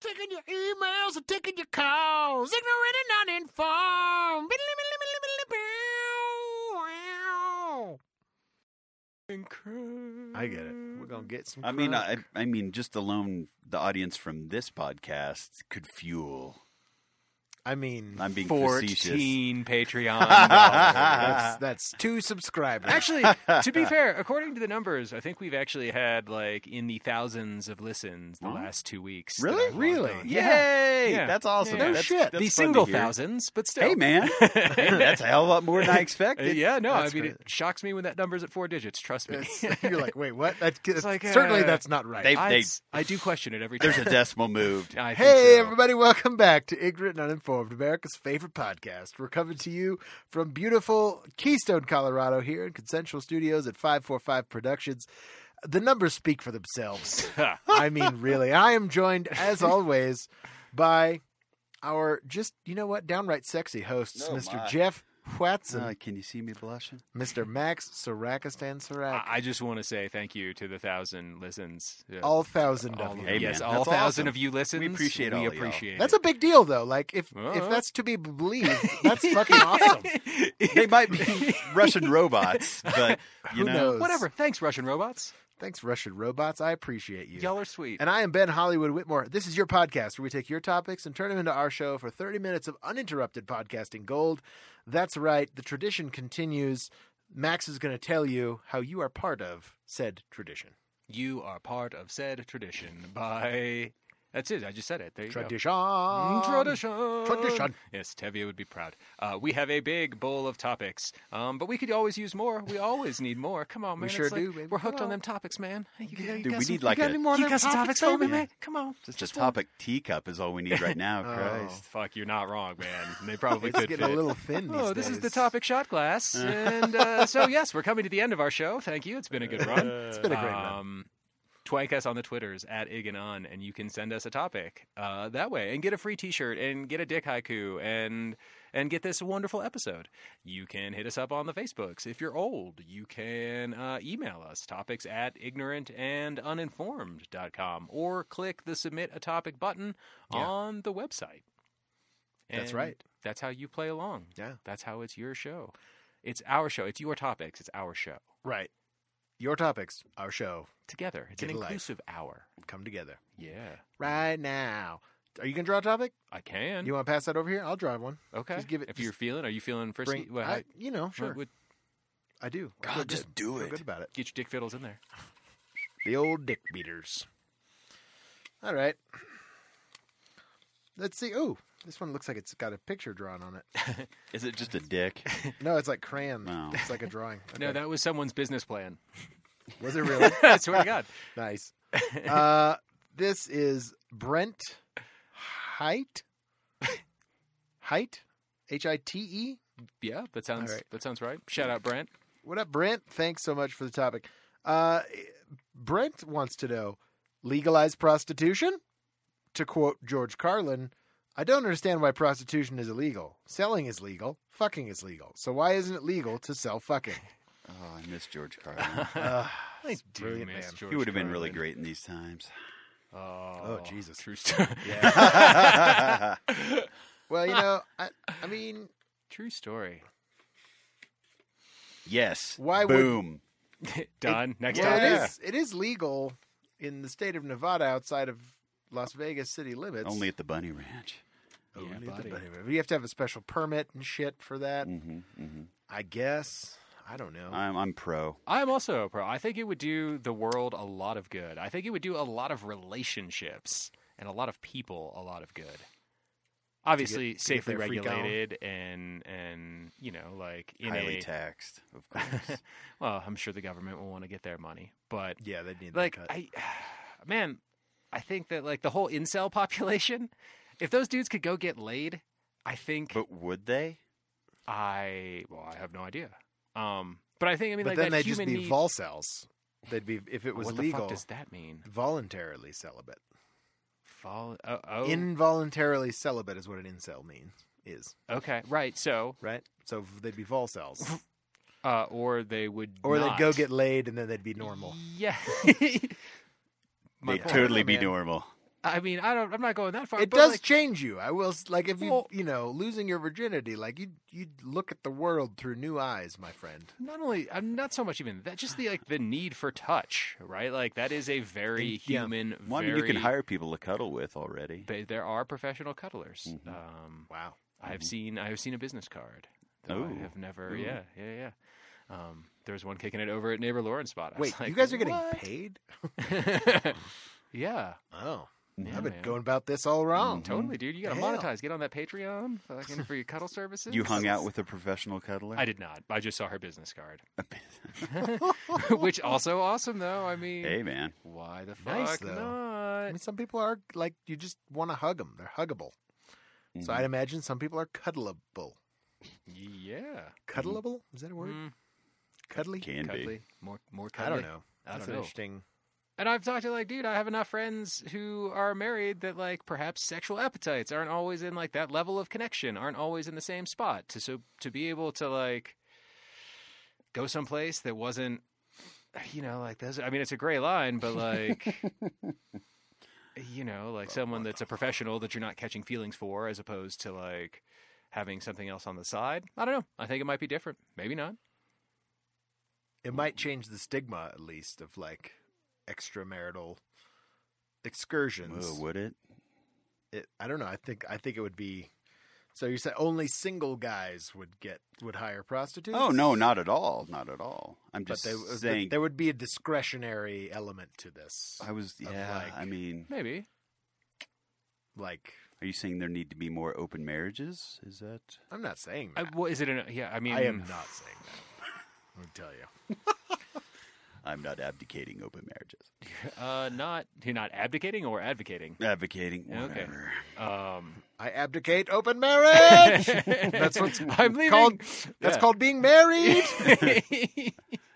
taking your emails and taking your calls. Ignorant and uninformed. I get it. We're gonna get some. I mean, crack. I, I mean, just alone, the audience from this podcast could fuel. I mean, oh, I'm being facetious. Fourteen Patreon. that's, that's two subscribers. actually, to be fair, according to the numbers, I think we've actually had like in the thousands of listens the Wow. last two weeks. that Really? I've logged Really? on. Yay! Yeah. That's awesome. No That's, shit. That's the fun single to hear. thousands, but still. Hey man, that's a hell of a lot more than I Uh, expected. yeah, no, That's I mean great. it shocks me when that number's at four digits. Trust me. It's- you're like, wait, what? That's, like, certainly uh, that's not right. They- I, I do question it every time. There's a decimal moved. I think Hey, so. everybody, welcome back to Ignorant and Uninformed, America's favorite podcast. We're coming to you from beautiful Keystone, Colorado, here in Consensual Studios at 545 Productions. The numbers speak for themselves. I mean, really. I am joined, as always, by our just, you know what, downright sexy hosts, Oh, Mr. my. Jeff Watson, Uh, can you see me blushing? Mr. Max Sarakistan Sarak. I I just want to say thank you to the thousand listens. Yeah. all thousand All of you. Hey, yes, man, all that's thousand awesome. of you listens. appreciate all We y'all. appreciate That's a big deal, though. Like, if if Well. that's to be believed, that's fucking awesome. They might be Russian robots, but Who you know, knows? Whatever. Thanks, Russian robots. Thanks, Russian robots. I appreciate you. Y'all are sweet. And I am Ben Hollywood Whitmore. This is your podcast where we take your topics and turn them into our show for 30 minutes of uninterrupted podcasting gold. That's right. The tradition continues. Max is going to tell you how you are part of said tradition. You are part of said tradition by. That's it. I just said it. There you Tradition. go. Mm, Tradition. Tradition. Yes, Tevye would be proud. Uh, we have a big bowl of topics, um, but we could always use more. We always need more. Come on, We man. it's sure like- do, baby. We're hooked Come on on. them topics, man. You, you Dude, got we some- need like you got a- any more of You them got some topics topics for me, for me? man? Come on. just a topic teacup is all we need right now. Oh. Christ. Fuck, you're not wrong, man. They probably It's could getting a fit. little thin. Oh, these this is the days. topic shot glass, and uh, so yes, we're coming to the end of our show. Thank you. It's been a good run. It's been a great run. Um, twank us on the Twitters at Ig and On, and you can send us a topic uh, that way, and get a free T-shirt, and get a dick haiku, and and get this wonderful episode. You can hit us up on the Facebooks. If you're old, you can uh, email us topics at ignorantanduninformed.com, or click the submit a topic button Yeah. on the website. That's And right. That's how you play along. Yeah. That's how it's your show. It's our show. It's your topics. It's our show. Right. Your topics, our show, Together. It's Get an a life. inclusive hour. come together Yeah. right now. Are you going to draw a topic? I can. You want to pass that over here? I'll draw one. okay. just give it- if just you're feeling, are you feeling frisky? Bring, Well, I, I- you know, sure. what would- I do. I God, feel just good. do I feel it. good about it. get your dick fiddles in there. The old dick beaters. All right. Let's see. Ooh, this one looks like it's got a picture drawn on it. Is it just a dick? No, it's like crayon. No. It's like a drawing. No, Okay. that was someone's business plan. was it really I swear to God. nice. Uh, this is Brent Height. Height, H I T E. Yeah, that sounds right. that sounds right. Shout out Brent. What up, Brent? Thanks so much for the topic. Uh, Brent wants to know legalize prostitution? To quote George Carlin, I don't understand why prostitution is illegal. Selling is legal, fucking is legal. So why isn't it legal to sell fucking? Oh, I miss George Carlin. Uh, I it's brilliant, miss man. George he would have been really Carlin. great in these times. Oh, Jesus. True story. Well, you know, I, I mean, True story. yes. Why would- Boom. Done. Next well, time. it, is, it is legal in the state of Nevada outside of Las Vegas city limits. Only at the Bunny Ranch. Only at the buddy. Bunny Ranch. You have to have a special permit and shit for that, hmm hmm I guess. Mm. I don't know. I'm I'm pro. I'm also a pro. I think it would do the world a lot of good. I think it would do a lot of relationships and a lot of people a lot of good. Obviously, to get safely their freak on. regulated and and you know, like in Highly a taxed, of course. well, I'm sure the government will want to get their money, but yeah, they need like that cut. I, man, I think that like the whole incel population, if those dudes could go get laid, I think but would they? I well, I have no idea. Um, but I think I mean but like then that they'd just human be need- vol cells. They'd be if it was what the legal, fuck does that mean? voluntarily celibate. Fall. Oh, oh. Involuntarily celibate is what an incel means is, okay, right. So, right? So v- they'd be vol cells, uh, or they would, or not. they'd go get laid and then they'd be normal. Yeah, My They'd point. totally oh, Yeah, be man. normal. I mean, I don't. I'm not going that far. It but, does like, change you. I will. s- Like if you, Well- you know, losing your virginity, like you, you look at the world through new eyes, my friend. not only I'm not so much even that. Just the like the need for touch, right? Like that is a very Yeah. human. One very, you can hire people to cuddle with already. They, there are professional cuddlers. Mm-hmm. Um, Wow. I've seen I've seen a business card. Though I Ooh. have never. Yeah, yeah, yeah. Um, there was one kicking it over at neighbor Lauren's spot. I was Wait, like, you guys are getting "What?" paid? yeah, Oh, Yeah, I've been man. going about this all wrong. totally, dude. You got to Hell. monetize. Get on that Patreon fucking for your cuddle services. You hung out with a professional cuddler. I did not. I just saw her business card, which also awesome though. I mean, hey man, why the fuck Nice, though. I not? mean, some people are like you just want to hug them; they're huggable. So Mm-hmm. I'd imagine some people are cuddleable. Yeah, Cuddleable is that a word? Mm, Cuddly? can be. cuddly, more more I cuddly. don't know. I That's don't an know. interesting. And I've talked to like, dude, I have enough friends who are married that like perhaps sexual appetites aren't always in like that level of connection, aren't always in the same spot. To so to be able to like go someplace that wasn't, you know, like those. I mean, it's a gray line, but like. You know, like someone that's a professional that you're not catching feelings for, as opposed to like having something else on the side. I don't know. I think it might be different. Maybe not. It might change the stigma, at least, of like extramarital excursions. Whoa, Mm-hmm. would it? it, I don't know. I think I think it would be. So you said only single guys would get would hire prostitutes? Oh no, not at all, not at all. I'm But just they, saying. there would be a discretionary element to this. I was, of, yeah. like- I mean, Maybe. Like are you saying there need to be more open marriages? Is that I'm not saying I, that. well, is it an? Yeah, I mean, I am not saying that. I'll tell you. I'm not abdicating open marriages. Uh, not you're not abdicating or advocating. Advocating, Okay. whatever. Um, I abdicate open marriage. that's what's I'm leaving. called- That's Yeah. called being married.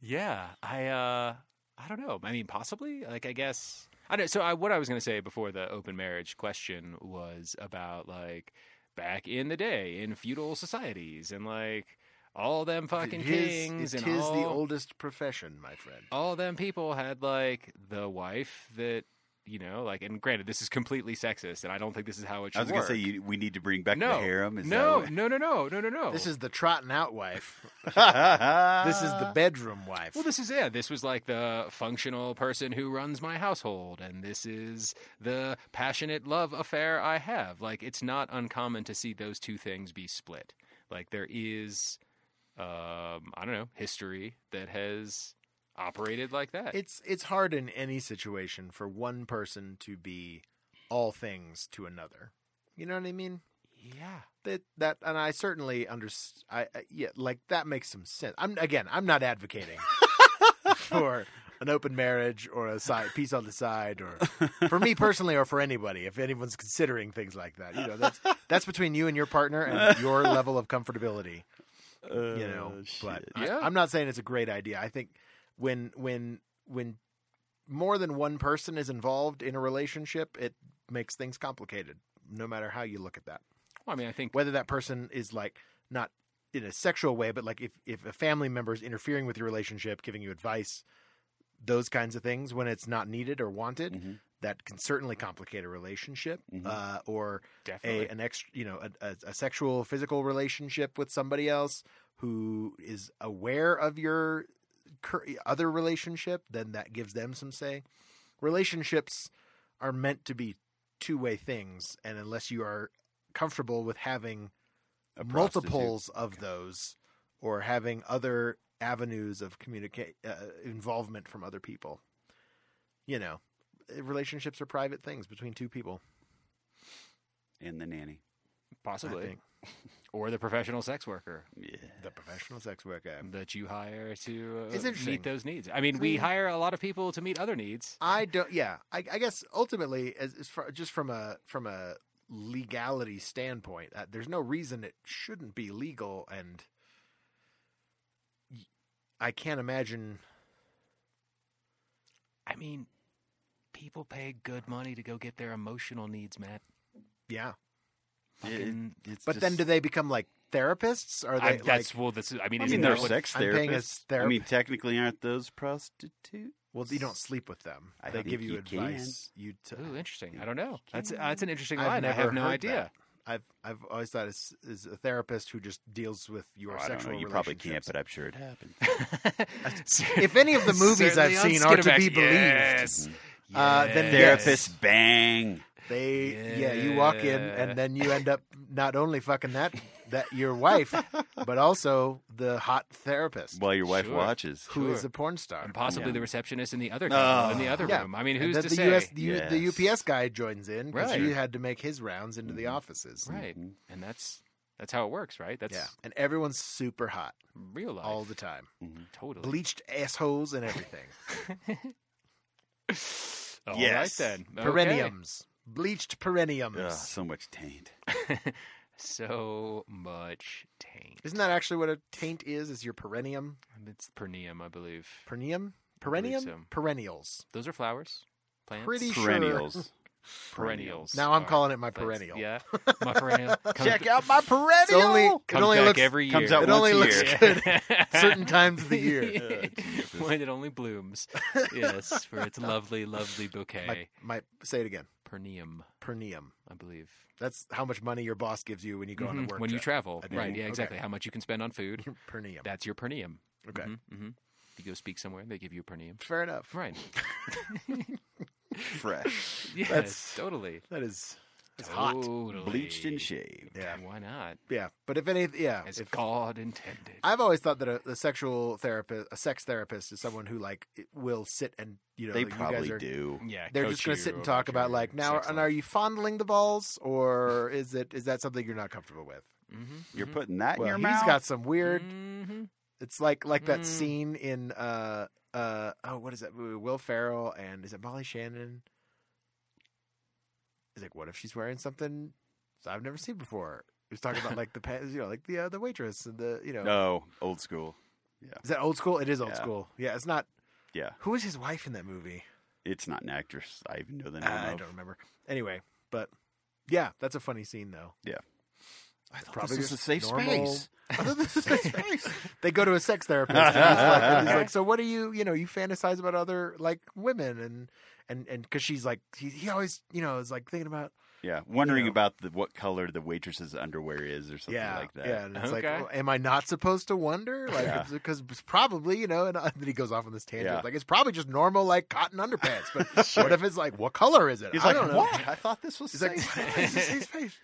yeah, I uh, I don't know. I mean, possibly. Like, I guess I don't. So, I, what I was going to say before the open marriage question was about like back in the day in feudal societies and like all them fucking It is- kings it and is all the oldest profession, my friend. all them people had like the wife that you know like and granted this is completely sexist and i don't think this is how it should I was work. gonna say you, we need to bring back No. the harem. Is no, no, no, no, no, no, no. This is the trotting out wife. that This is the bedroom wife. Uh, well. This is yeah. This was like the functional person who runs my household, and this is the passionate love affair I have. Like it's not uncommon to see those two things be split. Like there is, um, I don't know, history that has operated like that. it's it's hard in any situation for one person to be all things to another. You know what I mean? yeah, That that and I certainly under I, I yeah like that makes some sense. I'm again I'm not advocating for an open marriage or a side piece on the side or for me personally or for anybody if anyone's considering things like that. You know that's that's between you and your partner and your level of comfortability Oh, you Uh, know but I, Yeah. i'm not saying it's a great idea i think when when when more than one person is involved in a relationship it makes things complicated no matter how you look at that well, I mean, I think whether that person is like not in a sexual way but like if if a family member is interfering with your relationship giving you advice those kinds of things when it's not needed or wanted Mhm. that can certainly complicate a relationship Mhm. uh, or definitely. a an ex you know a, a, a sexual physical relationship with somebody else who is aware of your cur- other relationship then that gives them some say relationships are meant to be two-way things and unless you are comfortable with having A prostitute. multiples of those or having other avenues of communicate uh, involvement from other people you know relationships are private things between two people and the nanny. I Possibly. think. Or the professional sex worker Yeah, the professional sex worker Mm. that you hire to It's uh, interesting. meet those needs. I mean, we Mm. hire a lot of people to meet other needs. I don't. Yeah, I, I guess ultimately, as, as far just from a from a legality standpoint, uh, there's no reason it shouldn't be legal, and y- I can't imagine. I mean, people pay good money to go get their emotional needs met. Yeah, It- Fucking- it's but then just- do they become like therapists? Are they I- that's like? well. That's I mean, I isn't mean, that they're what- sex I'm paying as therapists. I mean, technically, aren't those prostitutes? Well, you don't sleep with them. I they think give you, you can. advice. You t- Ooh, interesting. I don't know. That's uh, that's an interesting I've line. I never have no heard idea. that. I've I've always thought is is a therapist who just deals with your Oh, I don't sexual. know. You probably can't, relationships. but I'm sure it happened. if any of the movies I've Certainly on seen are to Skinamax. be believed, Yes. Uh, then Yes. Therapist bang. they yeah. you walk in Yeah. and then you end up not only fucking that that your wife, but also the hot therapist While your wife Sure. watches. who is sure. a porn star. And possibly Yeah. the receptionist in the other Oh. in the other Yeah. room. I mean, And who's then to the say? US, the, U- Yes. the UPS guy joins in because Right. you had to make his rounds into the offices. right, Mhm. and that's that's how it works, right? That's Yeah, and everyone's super hot real life. all the time. Mm-hmm. totally. Bleached assholes and everything. All right Yes. then. Okay. Perenniums. Bleached perenniums. Ugh, so much taint. So much taint. Isn't that actually what a taint is? Is your perennium? It's perineum, I believe. Perennium? I believe Perennium? so. Perennials. Those are flowers, plants, Pretty sure. Perennials. perennials. Now I'm are calling it my plants. perennial. Oh, Yeah, my perennial. Comes- Check out my perennial. It's only, it comes only back looks every year. comes out It only once a looks year. good certain times of the year. Jesus. when it only blooms. Yes, for its lovely, lovely bouquet. My, my, say it again. Pernium, Perennium. I believe. That's how much money your boss gives you when you go on a Mhm. work When you trip. travel, I do. right? Yeah, Okay. exactly. How much you can spend on food? Perineum. That's your pernium. okay. Mhm, mhm. You go speak somewhere, they give you a pernium. Fair enough. Right. Fresh. Yes, That's- totally. That is that's hot. totally. Bleached and shaved. Yeah. Why not? Yeah. But if any yeah, As if, God intended. I've always thought that a, a sexual therapist, a sex therapist is someone who like it will sit and, you know, They you guys probably are- do. yeah, They're just going to sit and talk about like now Are, and are you fondling the balls or is it is that something you're not comfortable with? Mm-hmm, You're putting that Well, in he's your mouth. got some weird Mm-hmm. hmm It's like like that Mm. scene in uh uh oh what is that movie? Will Ferrell and is it Molly Shannon? Is like what if she's wearing something I've never seen before? He's talking about like the pa- you know like the uh, the waitress and the you know no, Oh, old school. is that old school? It is old Yeah. school. Yeah, it's not. Yeah, Who is his wife in that movie? it's not an actress. I even know the name. I of. don't remember. Anyway, but yeah, that's a funny scene though. Yeah. I thought Probably this is a just safe normal- space. I thought this was safe space. they go to a sex therapist. And he's, like, and he's like, so what do you, you know, you fantasize about other like women and and and because she's like, he, he always, you know, is like thinking about Yeah, wondering know. about the, what color the waitress's underwear is or something yeah, like that. yeah. And it's Okay. like, well, am I not supposed to wonder? Like, Yeah. because it's probably, you know, and, and then he goes off on this tangent. Yeah. Like, it's probably just normal like cotton underpants. But what if it's like, what color is it? He's I like, don't know. what? I thought this was He's like, safe. "This is safe space."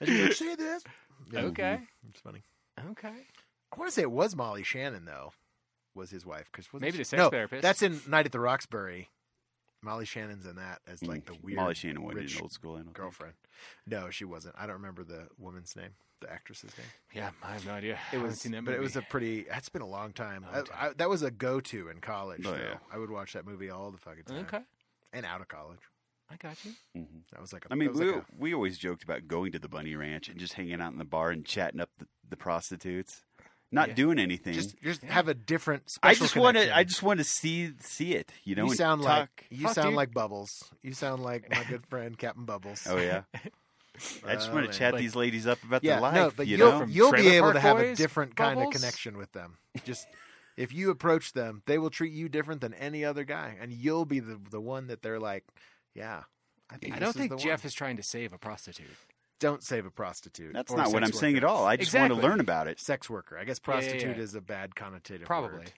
And she's like, "Say this. Yeah, Okay. Mm-hmm. it's funny. Okay. I want to say it was Molly Shannon though, was his wife because Maybe the sex no, therapist. That's in Night at the Roxbury. Molly Shannon's in that as like the weird Mm-hmm. Molly Shannon wasn't rich in old school. I don't think. girlfriend. No, she wasn't. I don't remember the woman's name, the actress's name. Yeah, I have no idea. It I haven't was, seen that but it was a movie. pretty. That's been a long time. Long I- I, time. that was a go-to in college. Oh, though. yeah. I would watch that movie all the fucking time, Okay, and out of college. I got you. Mhm. That was like. A, I mean, that was we, like a- we always joked about going to the Bunny Ranch and just hanging out in the bar and chatting up the, the prostitutes, not Yeah. doing anything. just just Yeah. have a different. Special I just want to. I connection. just want to see see it. You know, You and sound talk. like you Fuck, sound dude. like Bubbles. You sound like my good friend Captain Bubbles. Oh yeah. I just Oh, want man. to chat Like- these ladies up about yeah, their life. no, but you will know, From you'll be Trailer able to Park have a Boys, different kind of Bubbles? connection with them. Just if you approach them, they will treat you different than any other guy, and you'll be the the one that they're like, yeah. I, think I this don't is the think one." Jeff is trying to save a prostitute. Don't save a prostitute. that's or not a what I'm sex saying at worker. all. I just want to Exactly. learn about it. Sex worker. I guess Yeah, yeah, yeah. prostitute is a bad connotative. Probably. word.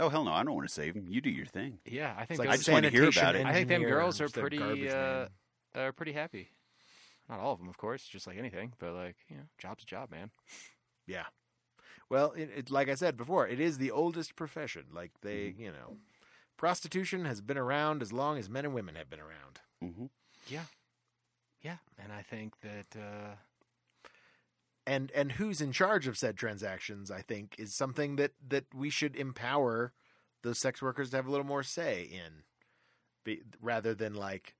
Oh hell no, I don't want to save them. You do your thing. Yeah, I It's think like I those just wanna hear sanitation about it. I think them engineer girls are instead of pretty, garbage uh, man. are pretty happy. Not all of them, of course, just like anything. But like, you know, job's a job, man. Yeah. Well, it, it, like I said before, it is the oldest profession. Like they, Mm-hmm. you know, prostitution has been around as long as men and women have been around. hmm Yeah, yeah. And I think that uh, And and who's in charge of said transactions, I think, is something that that we should empower those sex workers to have a little more say in, be, rather than like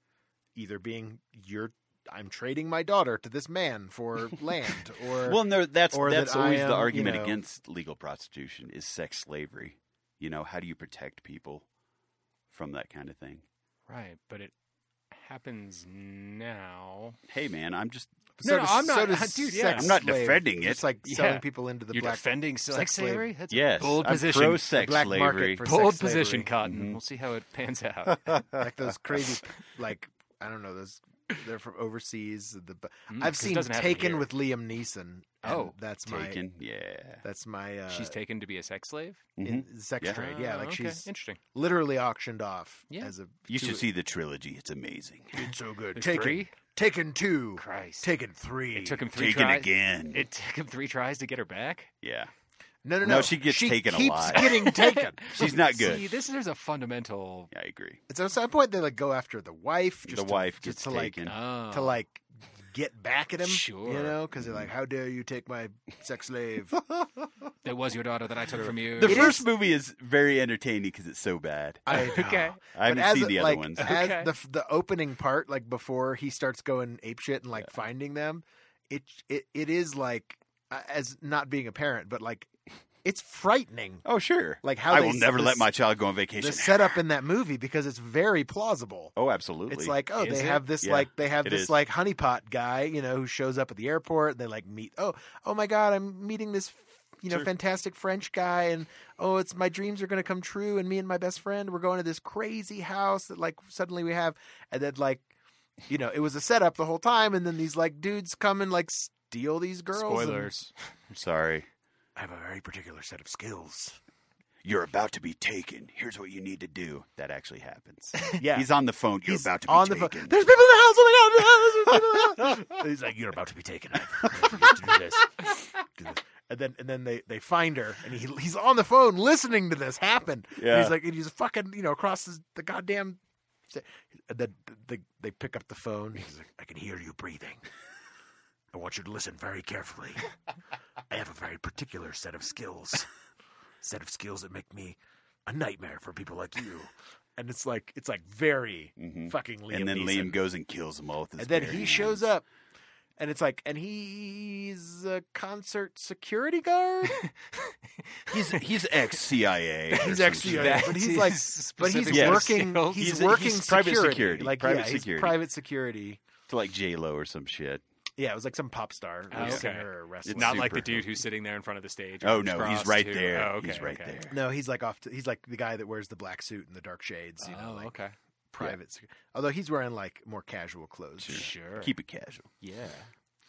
either being your I'm trading my daughter to this man for land, or Well, no, that's or that's that I always am, the you argument know- against legal prostitution is sex slavery. You know, how do you protect people from that kind of thing? right, but it happens now. Hey, man, I'm just No, no, I'm not- does dude, yeah. sex I'm not slave. defending it. It's like Yeah. selling people into the You're black defending sex sex slave. slavery? That's a Yes, bold I'm position. pro sex black market slavery. for bold sex position, slavery. Cotton. Mhm. We'll see how it pans out. like those crazy, like I don't know, those they're from overseas. The b- Mm, 'cause I've it seen doesn't happen Taken here. with Liam Neeson. and Oh, that's my Taken, yeah. that's my uh, She's taken to be a sex slave. in Mhm. sex Yeah. trade. Yeah, Oh, like okay. she's interesting. literally auctioned off Yeah. as a. You to should a- see the trilogy; it's amazing. It's so good. There's Taken, three? Taken two, Christ, Taken three. it took him three Taken tries. again. It took him three tries to get her back. yeah, no, no, no. No, she gets taken keeps alive. Getting taken. she's not See, good. this is a fundamental. Yeah, I agree. It's at some point they like go after the wife. Just The to, wife just gets to, taken. Like, Oh. to like get back at him. Sure. Mm-hmm. You know, because they're like, "How dare you take my sex slave?" It was your daughter that I took from you. the first movie is very entertaining because it's so bad. I know. okay. I But haven't as seen it, the other like, ones. As Okay. the f- the opening part, like before he starts going apeshit and like finding them, it it it is like uh, as not being a parent, but like it's frightening. Oh, sure. Like how I they will s- never the let s- my child go on the vacation. setup in that movie because it's very plausible. oh, absolutely. It's like oh Is they it? have this Yeah, like they have it this is. like honeypot guy you know who shows up at the airport and they like meet oh oh my god I'm meeting this you know Sure. fantastic French guy and oh it's my dreams are gonna come true and me and my best friend we're going to this crazy house that like suddenly we have and then like you know it was a setup the whole time and then these like dudes come and like steal these girls and- Spoilers. I'm sorry. I have a very particular set of skills You're about to be taken. Here's what you need to do. That actually happens. yeah He's on the phone. You're He's about to be on the taken. phone. There's people in the house. Oh my god! There's people in the house. He's like, you're about to be taken. and then and then they they find her and he he's on the phone listening to this happen and Yeah. he's like and he's fucking you know across the, the goddamn and then they, they pick up the phone he's like I can hear you breathing. I want you to listen very carefully. I have a very particular set of skills. Set of skills that make me a nightmare for people like you. and it's like it's like very Mhm. fucking Liam and then Neeson. Liam goes and kills them all with his and then bare he hands. shows up and it's like and he's a concert security guard He's he's ex CIA. He's ex-CIA. Yeah, but he's like- but he's specific Yes. working skills. he's, He's a- working he's private security, like private yeah, he's security. private security to like J Lo or some shit. yeah it was like some pop star or Oh, okay. singer or wrestler not like the super dude who's sitting there in front of the stage. Oh arms no, he's crossed, right who- there. Oh, okay, he's right okay. there. No, he's like off. To, he's like the guy that wears the black suit and the dark shades. You know, Oh, like okay. private. sec- Although he's wearing like more casual clothes. Sure. Keep it casual. yeah.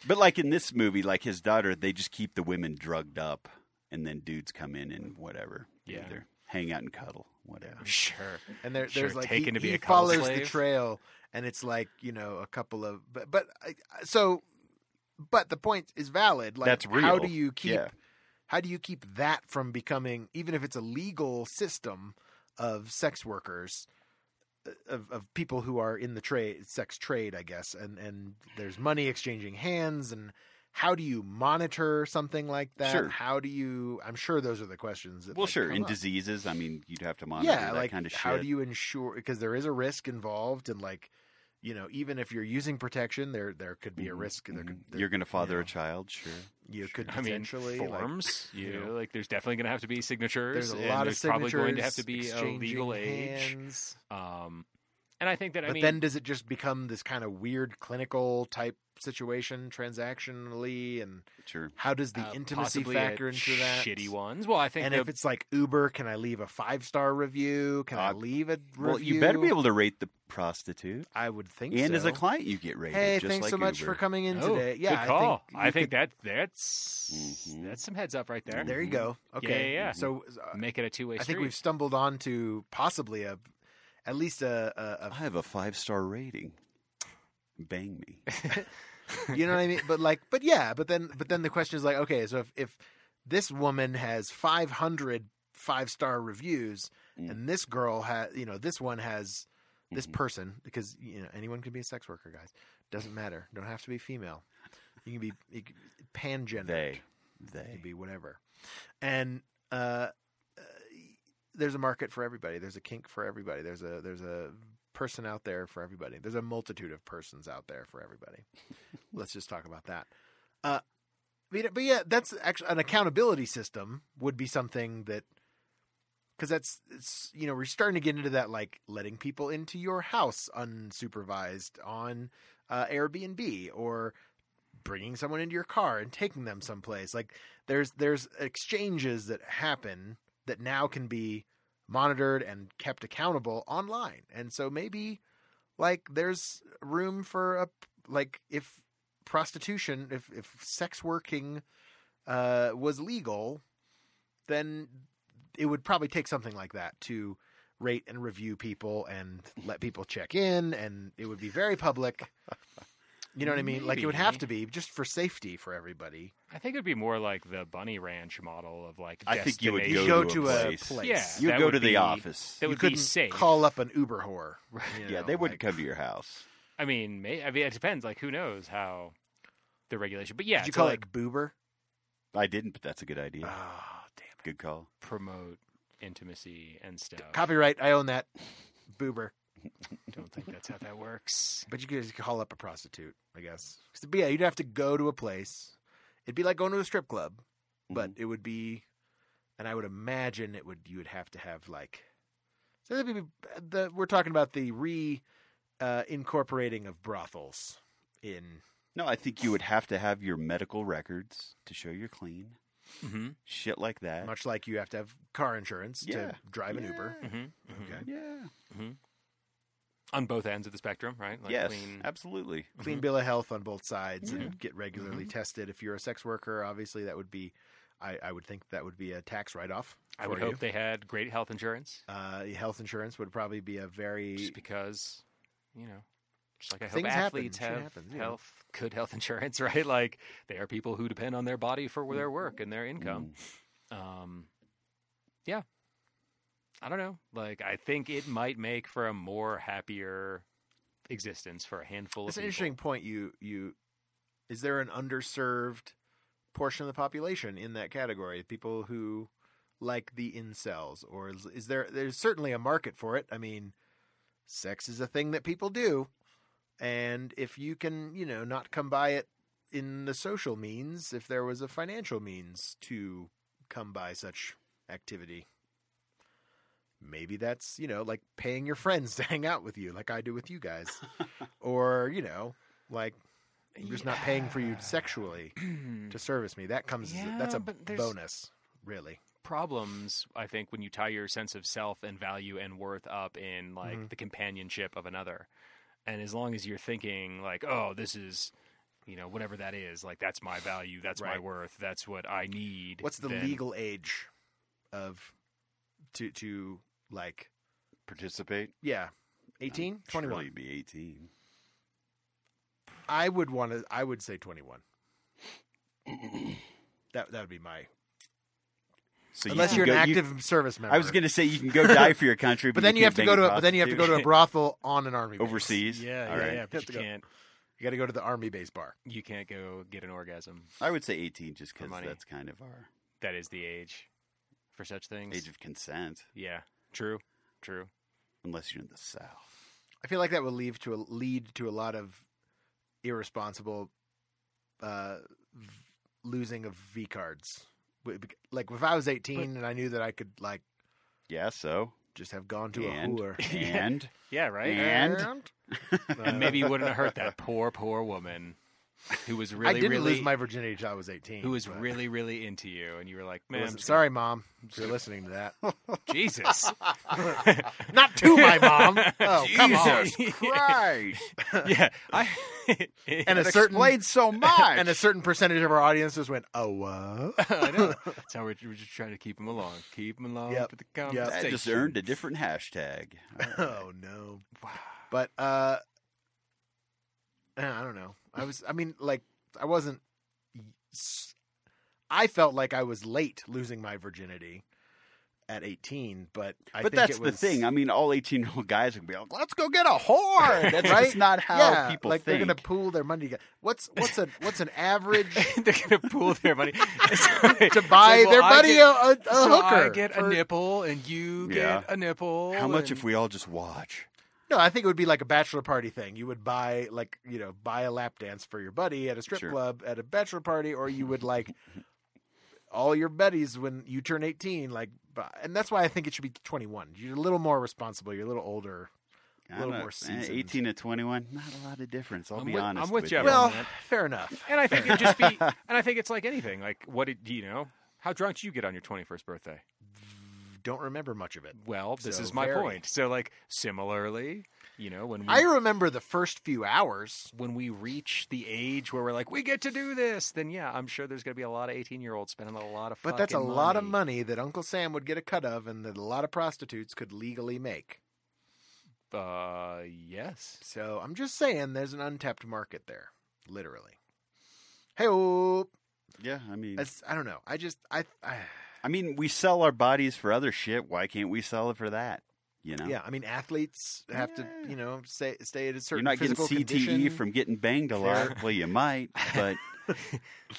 But like in this movie, like his daughter, they just keep the women drugged up, and then dudes come in and whatever. Yeah. Either hang out and cuddle, whatever. Sure. And there, Sure, there's like he, taken to be he a cuddle follows the slave. trail, and it's like you know a couple of but but I, I- so, but the point is valid. Like That's How real. do you keep? Yeah. How do you keep that from becoming even if it's a legal system of sex workers? uh, Of, of people who are in the trade sex trade i guess and and there's money exchanging hands and how do you monitor something like that Sure. how do you i'm sure those are the questions that Well, like, sure. come In up diseases, I mean, you'd have to monitor that like kind of shit. how do you ensure because there is a risk involved and like you know even if you're using protection there there could be a Mhm, risk there mhm. could, there, You're going to father know. a child, sure. you could I mean, potentially like, forms. you you know, know. like there's definitely going to have to be signatures. there's a and lot of there's signatures probably going to have to be a exchanging legal age. hands. Um, and I think that I but mean, then does it just become this kind of weird clinical type situation transactionally and Sure. how does the uh, intimacy possibly a factor into that Shitty ones. Well, I think and the- if it's like uber can i leave a five star review can i Uh, leave a review Well, you better be able to rate the prostitute. i would think And so. as a client, you get rated. Hey, just thanks like so much Uber. for coming in Oh, today. Yeah, good call. I think, I you think could- that that's Mhm. that's some heads up right there. there you go. Yeah, Okay, yeah, yeah. So uh, Make it a two way I street. think we've stumbled onto possibly a, at least a, a, I have a five star rating. Bang me. a you know what I mean. But like, but yeah, but then but then the question is like, okay, so if if this woman has 500 five star reviews, Mm. and this girl has, you know, this one has this Mhm. person because you know anyone can be a sex worker, guys. Doesn't matter. Don't have to be female. You can be you can, pangendered. They. It They. could be whatever. And uh, uh, there's a market for everybody. There's a kink for everybody. There's a there's a person out there for everybody. There's a multitude of persons out there for everybody. Let's just talk about that. Uh, but, yeah- but yeah, that's actually an accountability system would be something that because that's it's, you know we're starting to get into that like letting people into your house unsupervised on uh, Airbnb or bringing someone into your car and taking them someplace. Like there's there's exchanges that happen that now can be monitored and kept accountable online. And so maybe like there's room for a like if prostitution, if if sex working uh was legal, then it would probably take something like that to rate and review people and let people check in and it would be very public. You know what I mean? Like it would have to be just for safety for everybody. I think it'd be more like the Bunny Ranch model of like. I think you would You destination. go go to to a a place. place. Yeah, You You that go would to the be- office. That you would be couldn't safe. call up an Uber whore. you yeah, know, they wouldn't like- come to your house. I mean, may, I mean, it depends. Like, who knows how the regulation? But yeah, Did you to, call like it Boober? I didn't, but that's a good idea. Oh, damn. good call. promote intimacy and stuff. Copyright. I own that. Boober. Don't think that's how that works. But you could just call up a prostitute, I guess. 'Cause, but yeah, you'd have to go to a place. It'd be like going to a strip club, but Mm-hmm. it would be, and I would imagine it would. You would have to have like, so that'd be the we're talking about the re uh, incorporating of brothels in. No, I think you would have to have your medical records to show you're clean. Mm-hmm. Shit like that. Much like you have to have car insurance Yeah. to drive an Uber. Mm-hmm. Okay. Yeah. On both ends of the spectrum, right? Like yes. clean- Absolutely. clean bill of health on both sides and get regularly Mm-hmm. tested. If you're a sex worker, obviously that would be, I, I would think that would be a tax write off. I would hope they had great health insurance, Uh, health insurance would probably be a very just because, you know, just like I hope Things happen, athletes shit have happens, yeah. health, good health insurance, right? Like they are people who depend on their body for their work and their income. Mm. Um, yeah, I don't know. Like I think it might make for a more happier existence for a handful That's of an people. interesting point. You you, is there an underserved portion of the population in that category? People who like the incels, or is, is there? There's certainly a market for it. I mean, sex is a thing that people do, and if you can, you know, not come by it in the social means, if there was a financial means to come by such activity. Maybe that's, you know, like paying your friends to hang out with you, like I do with you guys. or, you know, like I'm just not paying for you sexually to service me. That comes as a- that's Yeah, a but there's- bonus, really. problems i think when you tie your sense of self and value and worth up in like Mm-hmm. the companionship of another and as long as you're thinking like oh this is you know whatever that is like that's my value that's my Right. worth that's what i need What's the then- legal age of to to like Participate. yeah, 18, 21. Surely be 18. I would want to I would say 21. that that would be my So Unless can you're an go- active service member. I was going to say you can go die for your country, but then you have to go to a, but then you have to go to a prostitute brothel on an army base. overseas. yeah yeah, All right. yeah Have but to you go. can't You got to go to the army base bar. you can't go get an orgasm I would say 18 just For because money. that's kind of our that is the age for such things age of consent, yeah true true unless you're in the South. I feel like that will lead to a, lead to a lot of irresponsible uh, v- losing of V cards. W- bec- Like if I was eighteen and I knew that I could like Yeah, so. just have gone to and, a whore, And yeah right And? Uh, and maybe you wouldn't have hurt that poor poor woman who was really I didn't really lose my virginity till I was eighteen. who was but really, really into you, and you were like, I "Man, I'm wasn't- sorry, mom, if you're listening to that. Jesus, Not to my mom. Oh, come on. Jesus Christ. yeah." I, And a That certain explains so much. and a certain percentage of our audience just went, "Oh, what?" I know. That's how we're, we're just trying to keep them along, keep them along Yep. for the Yep. conversation. that just earned a different hashtag. oh no. Wow. But uh eh, I don't know. I was I mean like I wasn't I felt like I was late losing my virginity at 18, but I but think that's it was, the thing. I mean, all 18 year old guys would be like, let's go get a whore. That's Right? just not how yeah, people like think. they're going to pool their money together. What's what's a what's an average They're gonna pool their money Sorry. to buy Like, well, their I buddy get- a, a, a so hooker? I get for- a nipple, and you get Yeah. a nipple. how much and- if we all just watch? No, I think it would be like a bachelor party thing. You would buy like you know buy a lap dance for your buddy at a strip Sure. club at a bachelor party, or you would like all your buddies when you turn eighteen. Like, bu- and that's why I think it should be twenty one. You're a little more responsible. You're a little older. I little don't- more eh, seasoned. 18 to 21, not a lot of difference. I'll I'm be with- I'm honest. with Jeff. you. Well, that. fair enough. And I think it'd just be, and I think it's like anything. Like, what did you know? How drunk did you get on your 21st birthday? Don't remember much of it. Well, this So is my very. point. So, like, similarly, you know, when we I remember the first few hours. when we reach the age where we're like, we get to do this, then yeah, I'm sure there's going to be a lot of 18 year olds spending a lot of. But that's a fucking lot of money that Uncle Sam would get a cut of and that a lot of prostitutes could legally make. Uh, yes. So I'm just saying there's an untapped market there, literally. Hey, I yeah, I mean, don't know. I just, I, I I mean, we sell our bodies for other shit. Why can't we sell it for that? You know, yeah, I mean, athletes have Yeah. to, you know, stay, stay at a certain you're not getting physical CTE condition. from getting banged a Fair. lot. Well, you might, but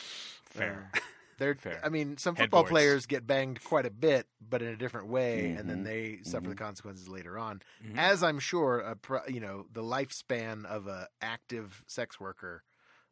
Fair. Uh, They're, Fair. I mean, some football Headboards. players get banged quite a bit, but in a different way, and then Mhm. they suffer the Mhm. consequences later on. Mm-hmm. Mhm. As I'm sure, a pro, you know, the lifespan of a active sex worker,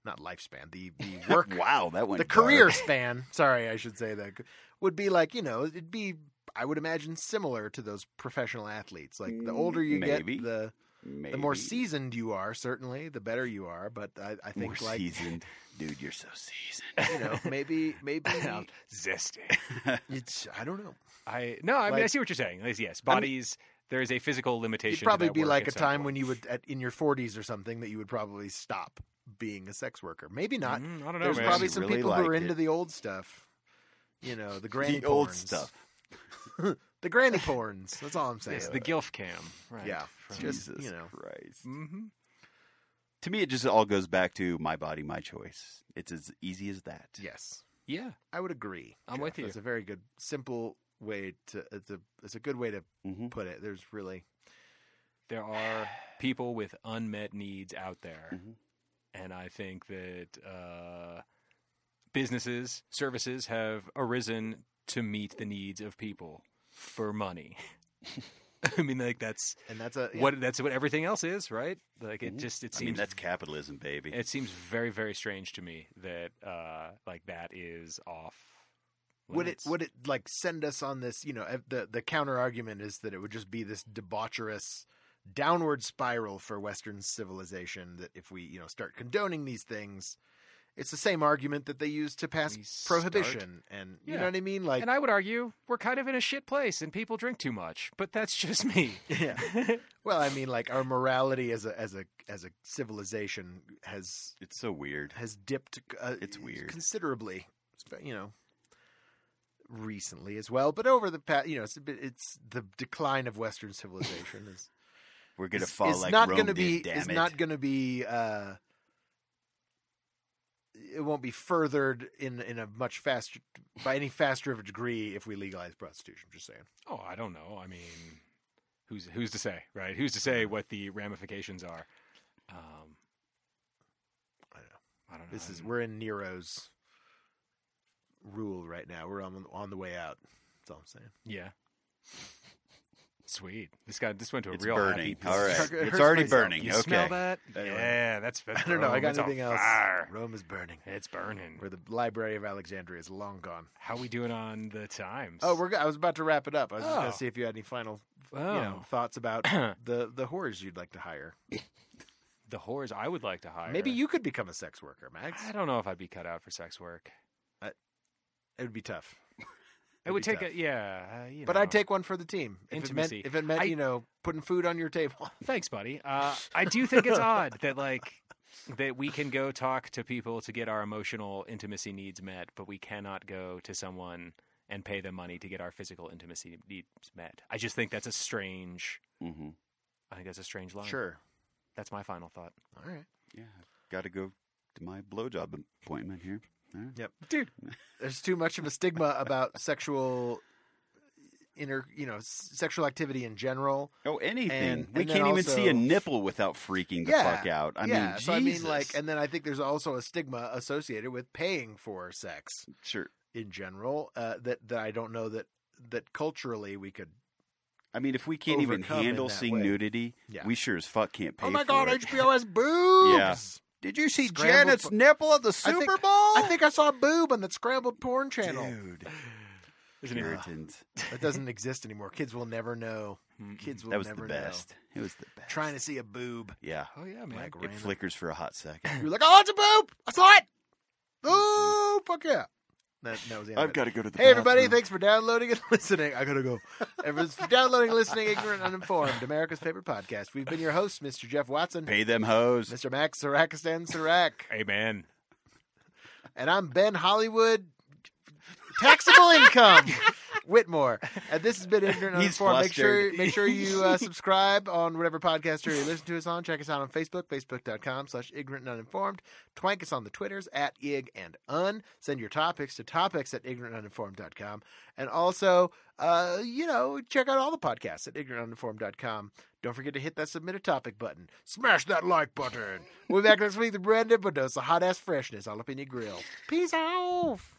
not lifespan, the, the work, wow, that went the dark. career span. Sorry, I should say that would be like you know, it'd be I would imagine similar to those professional athletes. Like the older you Mm, Maybe. get, the Maybe. the more seasoned you are, certainly, the better you are. But I, I More think like seasoned, dude. You're so seasoned. you know, maybe maybe Um, Zesty. it's I don't know. I no. I mean, I Like- see what you're saying. Like, Yes, bodies. there is a physical limitation. It'd to probably that be work like a at some time point. when you would, at, in your 40s or something, that you would probably stop being a sex worker. Maybe not. Mm, I don't know. There's man. probably She some really people who are liked into it. the old stuff. You know, the granny the old porns. stuff. The granny porns. That's all I'm saying. Yes, the gilf cam. Right. Yeah, Jesus just you know, Christ. hmm To me, it just all goes back to my body, my choice. It's as easy as that. yes, Yeah. I would agree. I'm with you. It's a very good, simple way to. It's a, it's a good way to Mm-hmm. put it. There's really There are people with unmet needs out there, Mhm. and I think that uh, businesses, services have arisen to meet the needs of people for money. I mean, like that's and that's a yeah, what that's what everything else is, right? Like it Mhm. just it I mean, seems that's capitalism, baby. it seems very very strange to me that uh, like that is off. would it limits. would it like send us on this you know eh, the the counter argument is that it would just be this debaucherous downward spiral for western civilization that if we you know start condoning these things it's the same argument that they used to pass We start- prohibition and you Yeah. know what i mean like and I would argue we're kind of in a shit place, and people drink too much. But that's just me. Yeah. well i mean like our morality as a as a as a civilization has It's so weird. has dipped uh, It's weird. considerably you know recently as well but over the past you know it's, a bit- it's the decline of western civilization is We're gonna is- fall is like not Rome gonna did, be damn is it. not going to be uh it won't be furthered in in a much faster by any faster of a degree if we legalize prostitution just saying Oh, I don't know. I mean, who's who's to say, right? Who's to say what the ramifications are? Um, I don't know. I don't know. this is Um, I'm- we're in nero's rule right now we're on on the way out that's all i'm saying yeah. Sweet. This guy. This went to a It's real burning. happy All right, It it's hurts already myself. burning. You okay. smell that? Anyway. Yeah, that's. that's i don't know i Rome. got It's on anything else fire. rome is burning It's burning. where the Library of Alexandria is long gone. How we doing on the times? Oh, we're. go- I was about to wrap it up. I was just Oh. going to see if you had any final, you know, thoughts about the the horrors you'd like to hire. the whores I would like to hire. Maybe you could become a sex worker, Max. I don't know if I'd be cut out for sex work. It would be tough. It It'd would be take tough. a yeah. Uh, you But know. I'd take one for the team. If Intimacy. it meant, if it meant I- you know, putting food on your table. Thanks, buddy. Uh, I do think it's odd that like that we can go talk to people to get our emotional intimacy needs met, but we cannot go to someone and pay them money to get our physical intimacy needs met. I just think that's a strange. Mm-hmm. I think that's a strange line. Sure. that's my final thought. All right. Yeah, got to go to my blowjob appointment here. All right. dude. There's too much of a stigma about sexual inner, you know, s- sexual activity in general. Oh, anything. And- we and then can't even see a also- nipple without freaking the Yeah, fuck out. I yeah. mean, Jesus. so I mean, like, and then I think there's also a stigma associated with paying for sex. sure. in general uh, that that I don't know that that culturally we could. I mean, if we can't even overcome in handle that seeing way. nudity, Yeah. we sure as fuck can't pay. oh my for God, it. HBO has boobs. Did you see Scrambled Janet's fo- nipple at the think- Super Bowl? I think I saw a boob on the scrambled porn channel. dude, Isn't it? irritants. Mm, That doesn't exist anymore. Kids will never know. Mm-mm. Kids will That was the never best. It was the best. know. Trying to see a boob. yeah. Oh yeah, man. Like It random. flickers for a hot second. You're like, oh, it's a boob. I saw it. Oh, fuck yeah. That, that was the end of it. got to go to the. Hey, everybody. Thanks for downloading and listening. I got to go. Everyone's for downloading, listening, ignorant, uninformed. America's favorite podcast. We've been your hosts, Mr. Jeff Watson, Pay them hoes. Mr. Max Sarakistan Sarak, Amen. and I'm Ben Hollywood. Taxable income. Whitmore, and this has been ignorant He's uninformed. Make sure, flustered. make sure you uh, subscribe on whatever podcast you're listening to us on. Check us out on Facebook, facebook.com/slash ignorant and uninformed. Twank us on the Twitters at ig and un. Send your topics to topics at ignorantuninformed.com, and also, uh, you know, check out all the podcasts at ignorantuninformed.com. Don't forget to hit that submit a topic button. Smash that like button. We'll be back next week with brand new dose of hot ass freshness all up in your grill. Peace off.